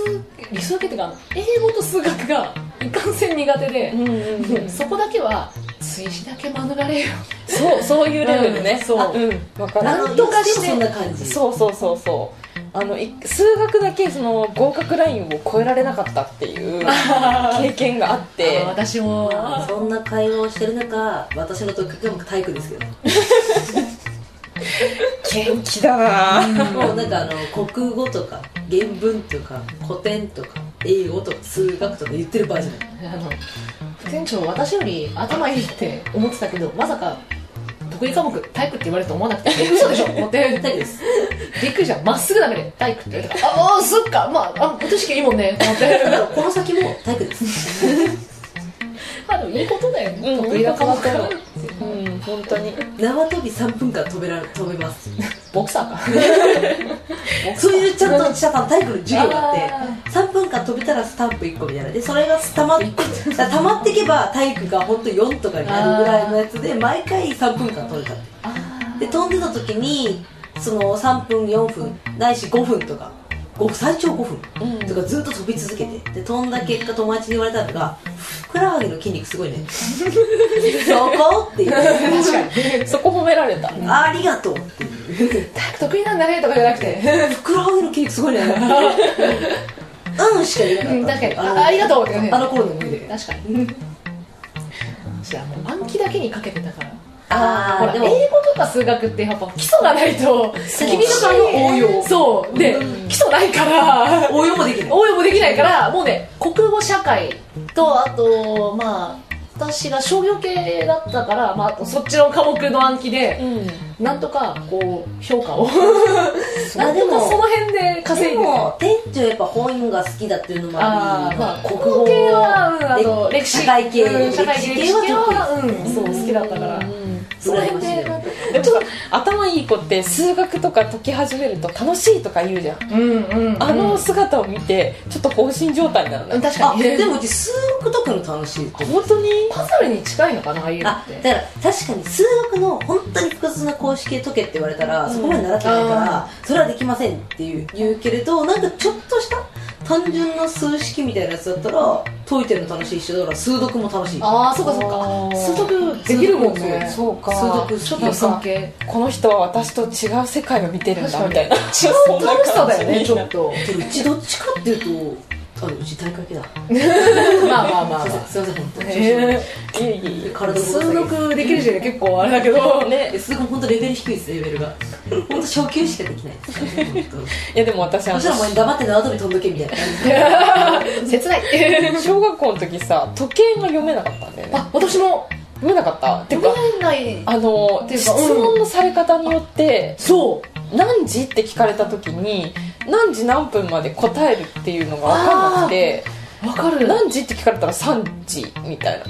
[SPEAKER 1] 理数系っていうか、あの英語と数学が、いかんせん苦手で、
[SPEAKER 3] うんうんう
[SPEAKER 1] もうんそこだけは、追試だけ免れよ。
[SPEAKER 3] そうそういうレベルね、
[SPEAKER 1] うんそう
[SPEAKER 3] あうんわか
[SPEAKER 2] な
[SPEAKER 3] る
[SPEAKER 2] んとかしてそんな感じ
[SPEAKER 3] そうそうそうそうあのい数学だけその合格ラインを超えられなかったって (laughs) いう経験があ
[SPEAKER 1] あ
[SPEAKER 3] って
[SPEAKER 1] の私も、
[SPEAKER 2] そんな会話をしてる中私の得意科目体育ですけど
[SPEAKER 3] 元気だな
[SPEAKER 2] もうなんかあの国語とか原文とか古典とか英語とか数学とか言ってる場合じゃない
[SPEAKER 1] あの副店長私より頭いいって思ってたけどまさか得意科目体育って言われると思わなくて (laughs) 嘘でしょ思って
[SPEAKER 2] 体育です
[SPEAKER 1] びっくりしたまっすぐだめで体育って言われたからああそっかまああ私いいもんねと思って
[SPEAKER 2] だからこの先も体育です
[SPEAKER 1] (laughs) まあでもいいことだよね、
[SPEAKER 3] うん
[SPEAKER 1] 得意な科目は
[SPEAKER 3] うん本当に
[SPEAKER 2] 縄跳び3分間飛べら飛べます
[SPEAKER 1] ボクサーか
[SPEAKER 2] そういうちゃんとした体育の授業があ
[SPEAKER 1] あ
[SPEAKER 2] って3分間飛べたらスタンプ1個みたいなでそれがたまっ溜まっていけば体育が本当4とかになるぐらいのやつで毎回3分間飛べたってで飛んでた時にその3分4分ないし5分とかご最長5分
[SPEAKER 3] うん
[SPEAKER 2] とかずっと飛び続けてで飛んだ結果友達に言われたのがふくらはぎの筋肉すごい
[SPEAKER 3] (laughs)
[SPEAKER 2] ねそこっていう
[SPEAKER 1] 確かに
[SPEAKER 3] そこ褒められた
[SPEAKER 2] ありがとうっていう
[SPEAKER 1] 得意なんだねとかじゃなくて
[SPEAKER 2] ふくらはぎの筋肉すごいね (laughs) うんしか言え
[SPEAKER 1] う
[SPEAKER 2] なんか
[SPEAKER 1] 確
[SPEAKER 2] った、
[SPEAKER 1] かにあありがとうって言われる
[SPEAKER 2] あの頃の無理で
[SPEAKER 1] 確かに私はもう暗記だけにかけてたから
[SPEAKER 2] あー
[SPEAKER 1] ほら
[SPEAKER 2] で
[SPEAKER 1] 英
[SPEAKER 2] も
[SPEAKER 1] 語とか数学ってやっぱ基礎がないと厳しい
[SPEAKER 2] そう応用
[SPEAKER 1] そうで基礎ないから
[SPEAKER 2] 応用もできない
[SPEAKER 1] 応用もできないからもうね国語社会とあとまあ私が商業系だったから、まあ、あとそっちの科目の暗記で
[SPEAKER 3] うん
[SPEAKER 1] なんとかこう評価を
[SPEAKER 2] ま
[SPEAKER 1] (laughs) な
[SPEAKER 2] あ
[SPEAKER 1] ん
[SPEAKER 2] で
[SPEAKER 1] とか
[SPEAKER 2] も
[SPEAKER 1] その辺で稼い
[SPEAKER 2] で
[SPEAKER 1] で
[SPEAKER 2] も店長やっぱ本が好きだっていうのもあ
[SPEAKER 1] あ
[SPEAKER 2] り
[SPEAKER 1] ーまあ
[SPEAKER 2] 国
[SPEAKER 1] 国
[SPEAKER 2] 語
[SPEAKER 1] 語系は、うん、あと
[SPEAKER 2] 歴
[SPEAKER 1] 歴
[SPEAKER 2] 史
[SPEAKER 1] 史
[SPEAKER 2] 社会系
[SPEAKER 1] うん社会
[SPEAKER 2] 歴
[SPEAKER 1] 系
[SPEAKER 2] 史
[SPEAKER 1] 歴
[SPEAKER 2] 系
[SPEAKER 1] 史
[SPEAKER 2] は
[SPEAKER 1] 系は、うん、そう
[SPEAKER 2] 得意
[SPEAKER 1] 好きだったから、
[SPEAKER 3] うん
[SPEAKER 1] その辺で
[SPEAKER 2] 羨まし
[SPEAKER 3] でも頭いい子って数学とか解き始めると楽しいとか言うじゃん
[SPEAKER 1] うんうん、
[SPEAKER 3] あの姿を見てちょっと放心状態になる
[SPEAKER 1] うん
[SPEAKER 3] ね
[SPEAKER 1] 確か
[SPEAKER 2] あ
[SPEAKER 1] に
[SPEAKER 2] でもうち数学とかの楽しいと
[SPEAKER 3] 本当に
[SPEAKER 1] パズルに近いのかなああいうの
[SPEAKER 2] あ
[SPEAKER 1] って
[SPEAKER 2] だから確かに数学の本当に複雑な公式で解けって言われたら、そこまで習ってないからそれはできませんっていう言うけれどなんかちょっとした単純な数式みたいなやつだったら解いてるの楽しいしだから数読も楽しい
[SPEAKER 1] ああそうかそう
[SPEAKER 3] あー
[SPEAKER 1] か数独できるもんね
[SPEAKER 2] 数
[SPEAKER 3] そうか
[SPEAKER 2] 数独好き
[SPEAKER 1] ちょっと尊敬
[SPEAKER 3] この人は私と違う世界を見てるんだみたいな違う
[SPEAKER 1] 本当楽しさだよねちょっと
[SPEAKER 2] でもうちどっちかっていうとあうち体育会系だ
[SPEAKER 1] (laughs) まあまあまあまあ
[SPEAKER 2] すいませんすいません本当に
[SPEAKER 1] へ
[SPEAKER 3] いえいえいえ
[SPEAKER 2] 体動か
[SPEAKER 1] 数
[SPEAKER 2] さない
[SPEAKER 1] 独できる時点で結構あれだけど
[SPEAKER 3] ね
[SPEAKER 2] すごい本当レベル低いですレベルが本当初級しかできないですからね
[SPEAKER 1] (laughs)
[SPEAKER 2] 本
[SPEAKER 3] いやでも私
[SPEAKER 2] 当
[SPEAKER 3] あ
[SPEAKER 2] そした
[SPEAKER 3] の
[SPEAKER 2] らもう黙って縄跳び飛んどけみたいな感じ
[SPEAKER 1] 切ない
[SPEAKER 3] 小学校の時さ時計が読めなかったんだよね
[SPEAKER 1] (laughs) あ私も
[SPEAKER 3] 読めなかったっていうか
[SPEAKER 1] 読めない
[SPEAKER 3] あの
[SPEAKER 1] ていう
[SPEAKER 3] 質
[SPEAKER 1] かうん
[SPEAKER 3] 問のされ方によって
[SPEAKER 1] そう
[SPEAKER 3] 何時って聞かれた時に何時何分まで答えるっていうのが分かんなくて
[SPEAKER 1] わかる
[SPEAKER 3] 何時って聞かれたら3時みたいな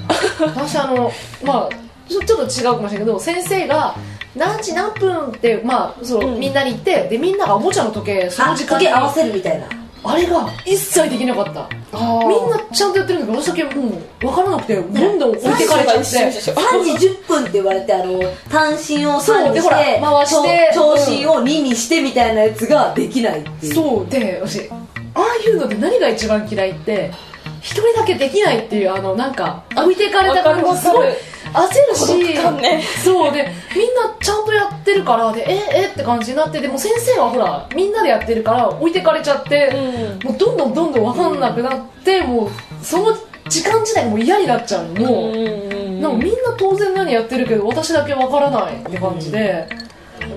[SPEAKER 1] 私あのまあちょちょっと違うかもしれないけど先生が何時何分って、まあその
[SPEAKER 3] うん
[SPEAKER 1] みんなに言ってでみんながおもちゃの時計その
[SPEAKER 2] あ
[SPEAKER 1] 時
[SPEAKER 2] 時
[SPEAKER 1] 間
[SPEAKER 2] 計
[SPEAKER 1] に
[SPEAKER 2] 合わせるみたいな
[SPEAKER 1] あれが一切できなかったみんなちゃんとやってるんだけど私だけもう分からなくてどんどん置いてかれちゃ
[SPEAKER 3] 最初が一緒
[SPEAKER 1] っ
[SPEAKER 3] で
[SPEAKER 1] て
[SPEAKER 3] しょ
[SPEAKER 2] 3時10分って言われてあの単身を
[SPEAKER 1] そう
[SPEAKER 2] 3に
[SPEAKER 1] で
[SPEAKER 2] し
[SPEAKER 1] ほら
[SPEAKER 2] て
[SPEAKER 1] 回して
[SPEAKER 2] 長身を2にしてみたいなやつができないっていう
[SPEAKER 1] そうで私ああいうのって何が一番嫌いって一人だけできないっていうあのなんか置いてかれた感じもすごい
[SPEAKER 3] わ
[SPEAKER 1] 焦るし
[SPEAKER 3] 孤独感ね
[SPEAKER 1] そうでみんなちゃんとやってるからでええって感じになってでも先生はほらみんなでやってるから置いてかれちゃって、
[SPEAKER 3] うん
[SPEAKER 1] もうどんどんどんどん分かんなくなって、もうその時間自体がもう嫌になっちゃうのもう、なんかみんな当然何やってるけど私だけわからないって感じで、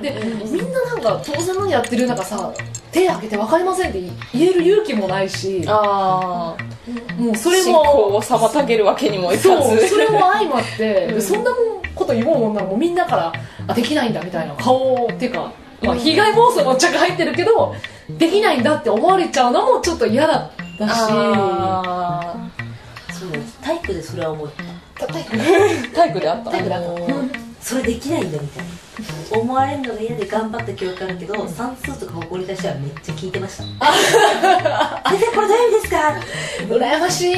[SPEAKER 1] でみんななんか当然何やってるなんかさ手挙げて分かりませんって言える勇気もないし
[SPEAKER 3] ああ
[SPEAKER 1] もうそ
[SPEAKER 3] そ
[SPEAKER 1] れ
[SPEAKER 3] れも
[SPEAKER 1] も
[SPEAKER 3] を妨げるわけにもいかず
[SPEAKER 1] そうそれも相まって、
[SPEAKER 3] うん
[SPEAKER 1] そんなもんこと言おうもんならもうみんなからあできないんだみたいな顔をっていうか、まあ、被害妄想も若干入ってるけどできないんだって思われちゃうのもちょっと嫌だったし
[SPEAKER 3] あ
[SPEAKER 2] そう体育でそれは思う
[SPEAKER 1] た体育
[SPEAKER 3] ー体育であった
[SPEAKER 1] 体育だった
[SPEAKER 2] それできないんだみたいな思われるのが嫌で頑張った記憶あるけど算数とか誇り出したらめっちゃ聞いてました先生これどういう意味ですか
[SPEAKER 1] 羨ましい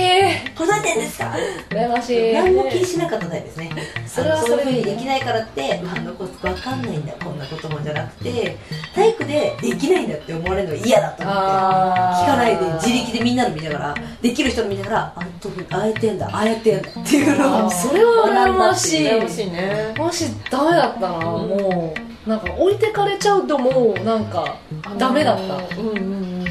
[SPEAKER 2] これどうやってんですか
[SPEAKER 1] 羨ましい
[SPEAKER 2] 何も気にしなかったないですね
[SPEAKER 1] それはそれ
[SPEAKER 2] あのそ
[SPEAKER 1] で
[SPEAKER 2] うい
[SPEAKER 1] いいう
[SPEAKER 2] ふ
[SPEAKER 1] ね
[SPEAKER 2] うにできないからってあのこと分かんないんだこんなこともじゃなくて体育でできないんだって思われるの嫌だと思って
[SPEAKER 1] あ
[SPEAKER 2] 聞
[SPEAKER 1] ー
[SPEAKER 2] かないで自力でみんなの見ながらできる人の見ながらあんとあえてんだあえてんだっていうのを
[SPEAKER 1] あーそれは羨ましい
[SPEAKER 3] 羨ましいね
[SPEAKER 1] もしダメだったな、もうなんか置いてかれちゃうともうなんかダメだった
[SPEAKER 3] うんうんうん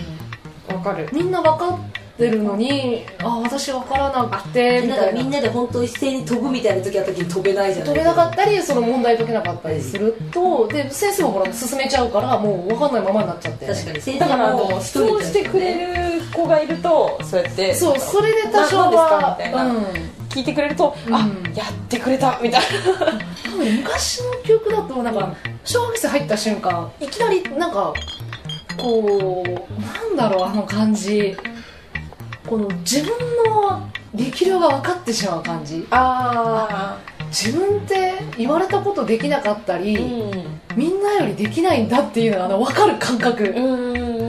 [SPEAKER 3] わかる
[SPEAKER 1] みんな分かってるのにあ私分からなくてみ
[SPEAKER 2] だか
[SPEAKER 1] た
[SPEAKER 2] ら
[SPEAKER 1] い
[SPEAKER 2] みん
[SPEAKER 1] な
[SPEAKER 2] なで本当一斉に飛ぶみたいな時あった時に飛べないじゃない
[SPEAKER 1] 取れなかったりその問題解けなかったりするとで先生もほら進めちゃうからもう分かんないままになっちゃって
[SPEAKER 2] 確かに先生
[SPEAKER 3] だからあの
[SPEAKER 2] 一
[SPEAKER 3] 質
[SPEAKER 2] 人じゃ
[SPEAKER 3] 問してくれる子がいるとそうやって
[SPEAKER 1] そうそれで多少
[SPEAKER 3] ななん
[SPEAKER 1] は
[SPEAKER 3] ですかみ聞いてくれると、
[SPEAKER 1] うん
[SPEAKER 3] あやってくれたみたい
[SPEAKER 1] うん、多分昔の記憶だとなんか小学生入った瞬間いきなりなんかこうなんだろうあの感じこの自分の力量が分かってしまう感じ
[SPEAKER 3] なあ
[SPEAKER 1] 自分って言われたことできなかったり、
[SPEAKER 3] うん
[SPEAKER 1] みんなよりできないんだっていうのがあの分かる感覚、
[SPEAKER 3] うんうんうん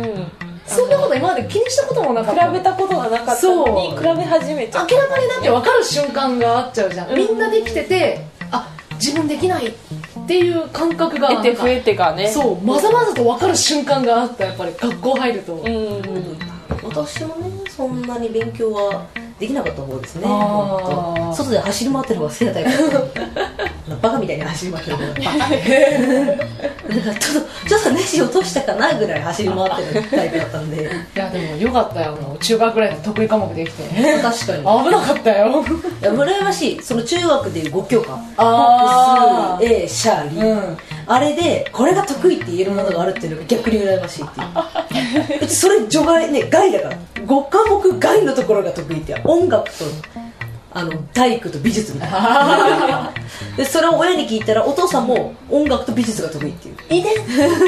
[SPEAKER 1] そんなこと今まで気にしたこともなかった
[SPEAKER 3] 比べたことがなかったのに
[SPEAKER 1] そう
[SPEAKER 3] 比べ始めちゃう
[SPEAKER 1] 明らかにだって分かる瞬間があっちゃうじゃん、
[SPEAKER 3] うん
[SPEAKER 1] みんなできててあ自分できないっっていう感覚が
[SPEAKER 3] 得て増えてがね
[SPEAKER 1] そうまざまざと分かる瞬間があったやっぱり学校入ると、
[SPEAKER 3] うんうん
[SPEAKER 2] 私もねそんなに勉強はできなかった方ですね
[SPEAKER 1] あー
[SPEAKER 2] 本当外で走り回ってる方が好きなタイプだったバカみたいに走り回ってる方がバカだからちょっとちょっとネジ落としたかなぐらい走り回ってるタイプだったんで
[SPEAKER 1] いやでもよかったよもう中学ぐらいの得意科目できて危
[SPEAKER 2] 確かに
[SPEAKER 1] なかったよ
[SPEAKER 2] いや羨ましいその中学でいう5教科
[SPEAKER 1] あー
[SPEAKER 2] 数 A シャーリー、
[SPEAKER 1] うん
[SPEAKER 2] あれでこれが得意って言えるものがあるっていうのが逆に羨ましいっていううちそれ除外ね外だから5科目外のところが得意って音楽とあの体育と美術みたいなでそれを親に聞いたらお父さんも音楽と美術が得意っていう遺伝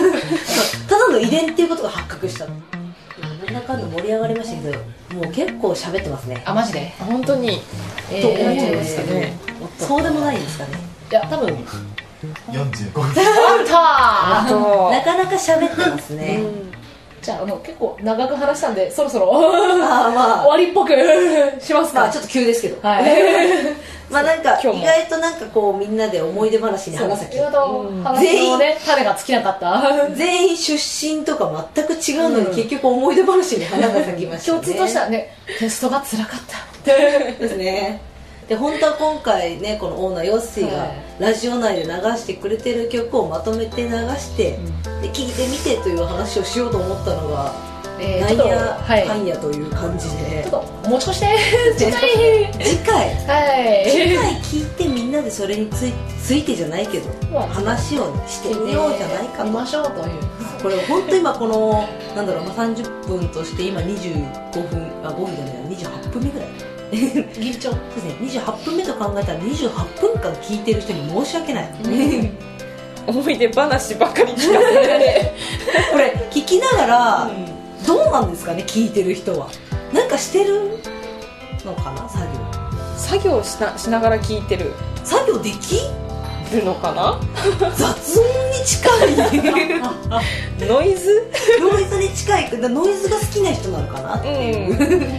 [SPEAKER 2] (laughs) ただの遺伝っていうことが発覚したのなんだかんだ盛り上がりましたけどもう結構喋ってますね
[SPEAKER 1] あマジで
[SPEAKER 3] 本当に
[SPEAKER 1] え
[SPEAKER 2] と思っちゃいました
[SPEAKER 1] ー
[SPEAKER 2] ね、そうでもないんですかね
[SPEAKER 1] いや多分
[SPEAKER 4] 45分
[SPEAKER 1] あっ (laughs)
[SPEAKER 3] あと
[SPEAKER 2] なかなか喋ってますね、
[SPEAKER 1] たじゃああの結構長く話したんでそろそろ (laughs) 終
[SPEAKER 2] ああまあ
[SPEAKER 1] わりっぽく (laughs) しますか、
[SPEAKER 2] まあちょっと急ですけど、
[SPEAKER 1] はい
[SPEAKER 2] まあなんか意
[SPEAKER 3] 今日も
[SPEAKER 2] 外となんかこうみんなで思い出話に花咲
[SPEAKER 1] 先ほど話
[SPEAKER 2] 全
[SPEAKER 1] の
[SPEAKER 2] 員
[SPEAKER 1] ね種が尽きなか (laughs) った
[SPEAKER 2] 全員出身とか全く違うのに、結局思い出話に花が咲きましたね
[SPEAKER 1] 共通としたねテストが辛かったって
[SPEAKER 2] ですねで本当は今回ねこのオーナーヨッシー
[SPEAKER 1] は
[SPEAKER 2] が
[SPEAKER 1] い
[SPEAKER 2] ラジオ内で流してくれてる曲をまとめて流して、で聞いてみてという話をしようと思ったのが、
[SPEAKER 1] えー
[SPEAKER 2] な
[SPEAKER 1] ちょ
[SPEAKER 2] ん
[SPEAKER 1] っと
[SPEAKER 2] やか
[SPEAKER 1] はい
[SPEAKER 2] んやという感じで
[SPEAKER 1] ちょっともう少ししてちっちゃい
[SPEAKER 2] 次回次
[SPEAKER 1] (laughs) は
[SPEAKER 2] 回聞いてみんなでそれについついてじゃないけど
[SPEAKER 1] (laughs) まあ
[SPEAKER 2] 話をしてみようじゃないか
[SPEAKER 1] い見ま
[SPEAKER 2] と
[SPEAKER 1] しょうという
[SPEAKER 2] これ本当今このなんだろうまあ30分として今25分あ5分じゃない28分目ぐらい
[SPEAKER 1] 緊
[SPEAKER 2] そ
[SPEAKER 1] 張
[SPEAKER 2] うですね28分目と考えたら28分間聞いてる人に申し訳ない、
[SPEAKER 3] 思い出話ばかり聞かせら (laughs) れ
[SPEAKER 2] (laughs) これ聞きながら、どうなんですかね聞いてる人はなんかしてるのかな作業
[SPEAKER 3] 作業しなしながら聞いてる
[SPEAKER 2] 作業でき
[SPEAKER 3] るのかな
[SPEAKER 2] 雑音に近い
[SPEAKER 3] ノイズ
[SPEAKER 2] ノイズに近いノイズが好きな人なのかなっていう、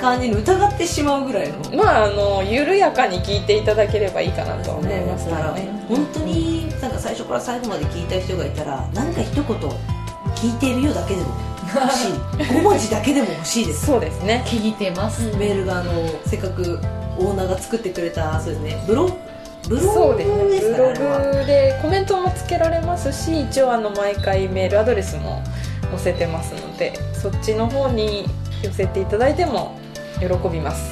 [SPEAKER 2] 感じに疑ってしまうぐらいの
[SPEAKER 3] まああの緩やかに聞いていただければいいかなとは思い
[SPEAKER 2] ね
[SPEAKER 3] ます
[SPEAKER 2] だか
[SPEAKER 3] か
[SPEAKER 2] らら
[SPEAKER 3] ね
[SPEAKER 2] 本当になんか最初から最後まで聞いた人がいたらなんか一言聞いてるよだけでも欲しい5 (laughs) 文字だけでも欲しいです
[SPEAKER 3] そうですね
[SPEAKER 1] 聞いてます
[SPEAKER 2] メールがあのせっかくオーナーが作ってくれたそうですねブロブ
[SPEAKER 3] そ
[SPEAKER 2] ロ
[SPEAKER 3] う
[SPEAKER 2] グ
[SPEAKER 3] ですね
[SPEAKER 2] です
[SPEAKER 3] ブ
[SPEAKER 2] か
[SPEAKER 3] ロ
[SPEAKER 2] ねあれは
[SPEAKER 3] グでコメントもつけられますし一応あの毎回メールアドレスも載せてますのでそっちの方に寄せていただいても喜びます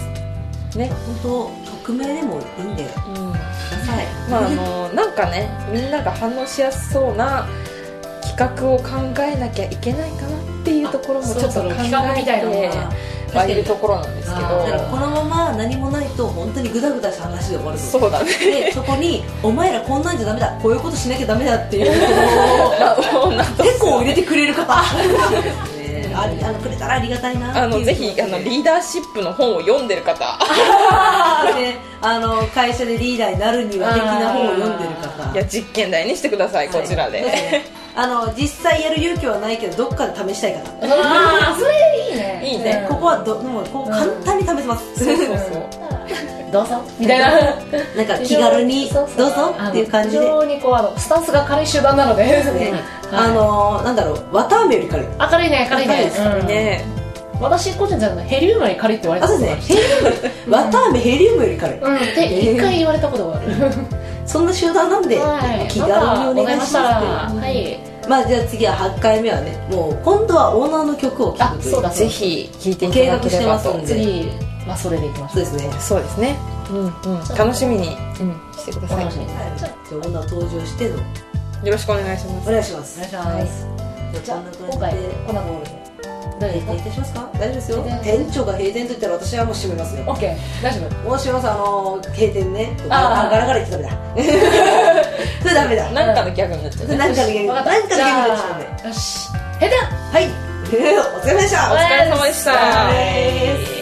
[SPEAKER 3] ね
[SPEAKER 2] 本当匿名でもいいんでくだ
[SPEAKER 3] うん
[SPEAKER 2] さい
[SPEAKER 3] まああのなんかねみんなが反応しやすそうな企画を考えなきゃいけないかなっていうところもちょっと考
[SPEAKER 1] そろそろ企画みたいなの
[SPEAKER 3] え
[SPEAKER 1] が
[SPEAKER 3] てはいるところなんですけ
[SPEAKER 1] あー
[SPEAKER 2] だからこ
[SPEAKER 3] ど
[SPEAKER 2] のまま何もないと本当にグダグダした話で終わると
[SPEAKER 3] そうだね
[SPEAKER 2] でそこに「お前らこんなんじゃダメだこういうことしなきゃダメだ」っていう結構入れてくれる方ねありあのくれたらありがたいな
[SPEAKER 3] あのぜひあのリーダーシップの本を読んでる方
[SPEAKER 2] ダー、ね、あの会社でリーダーになるには的な本を読んでる
[SPEAKER 3] い
[SPEAKER 2] 方
[SPEAKER 3] や実験台にしてくださいこちら
[SPEAKER 2] そうす
[SPEAKER 3] で、
[SPEAKER 2] ねあの実際やる勇気はないけどどっかで試したいかな、
[SPEAKER 1] ああそれいいね
[SPEAKER 3] いいね
[SPEAKER 1] うん
[SPEAKER 2] ここはどもうこう簡単に試せます、
[SPEAKER 3] そうそうそう
[SPEAKER 1] どうぞみたいな
[SPEAKER 2] (laughs)
[SPEAKER 1] (laughs)
[SPEAKER 2] なんか気軽にどうぞっていう感じ
[SPEAKER 1] 非
[SPEAKER 2] で
[SPEAKER 1] 常にこうあのスタンスが軽い集団なので
[SPEAKER 2] ね
[SPEAKER 1] はい
[SPEAKER 2] あのなんだろう綿あめより軽い
[SPEAKER 1] 明るいね明るい
[SPEAKER 2] 明るい
[SPEAKER 1] ね
[SPEAKER 2] ですね
[SPEAKER 1] うん
[SPEAKER 3] ね
[SPEAKER 1] 私個人じゃないヘリウムより軽いって言われ
[SPEAKER 2] あ
[SPEAKER 1] た
[SPEAKER 2] そ
[SPEAKER 1] こ
[SPEAKER 2] う
[SPEAKER 1] とが
[SPEAKER 2] で
[SPEAKER 1] ある
[SPEAKER 2] すねヘリウム綿あめヘリウムより軽い
[SPEAKER 1] うんって一回言われたことがある
[SPEAKER 2] そんな集団なんで、
[SPEAKER 1] はい
[SPEAKER 2] 気軽にお願いし
[SPEAKER 1] また
[SPEAKER 2] ま
[SPEAKER 1] お
[SPEAKER 2] す
[SPEAKER 1] 願いし
[SPEAKER 2] ままあじゃあ次は8回目はねもう今度はオーナーの曲を聴くという
[SPEAKER 1] あそうだ
[SPEAKER 3] ぜひ聞いてい
[SPEAKER 2] 計
[SPEAKER 3] ただ
[SPEAKER 2] 画
[SPEAKER 3] け
[SPEAKER 2] して
[SPEAKER 3] れ
[SPEAKER 2] ま
[SPEAKER 3] ば
[SPEAKER 2] す
[SPEAKER 3] と
[SPEAKER 2] んで
[SPEAKER 1] た次はそれでいきまし
[SPEAKER 2] そ
[SPEAKER 1] ょ
[SPEAKER 2] う
[SPEAKER 1] う
[SPEAKER 2] ですねはい
[SPEAKER 3] そうですね、うんうん、楽しみに、うん、してくだ
[SPEAKER 1] お
[SPEAKER 3] さい
[SPEAKER 1] 楽しみに
[SPEAKER 2] じ
[SPEAKER 1] じゃ
[SPEAKER 2] ゃ
[SPEAKER 1] あ
[SPEAKER 2] あオーナー登場しての
[SPEAKER 3] よろしくお願いしま
[SPEAKER 2] お
[SPEAKER 3] す
[SPEAKER 2] 願いします
[SPEAKER 1] お願いします
[SPEAKER 2] じ
[SPEAKER 1] じ
[SPEAKER 2] ゃ
[SPEAKER 1] ゃ
[SPEAKER 2] あ
[SPEAKER 1] あ
[SPEAKER 2] こんな感
[SPEAKER 1] 今回
[SPEAKER 2] じで
[SPEAKER 1] コラボ誰です
[SPEAKER 2] 閉
[SPEAKER 1] か
[SPEAKER 2] 店いたしますか大丈夫ですよ
[SPEAKER 1] 閉店
[SPEAKER 2] 店長が閉店と言ったら私はもう閉めますよ
[SPEAKER 1] オッケー大丈夫
[SPEAKER 2] もう閉めますあのー閉店ね
[SPEAKER 1] あー
[SPEAKER 2] あガラガラ言ってダメだ (laughs) それダメだ
[SPEAKER 3] なんかのギャグになっちゃう
[SPEAKER 2] それ
[SPEAKER 3] ね
[SPEAKER 2] なんかのゲーム
[SPEAKER 1] わ
[SPEAKER 2] なん
[SPEAKER 1] か
[SPEAKER 2] かのゲーム
[SPEAKER 1] った
[SPEAKER 2] でちょ
[SPEAKER 1] じ
[SPEAKER 2] っ
[SPEAKER 1] ゃ
[SPEAKER 2] とね
[SPEAKER 1] あよし閉店
[SPEAKER 2] はい (laughs) お疲れ様でした
[SPEAKER 3] お疲れ様でした
[SPEAKER 1] お疲れ様です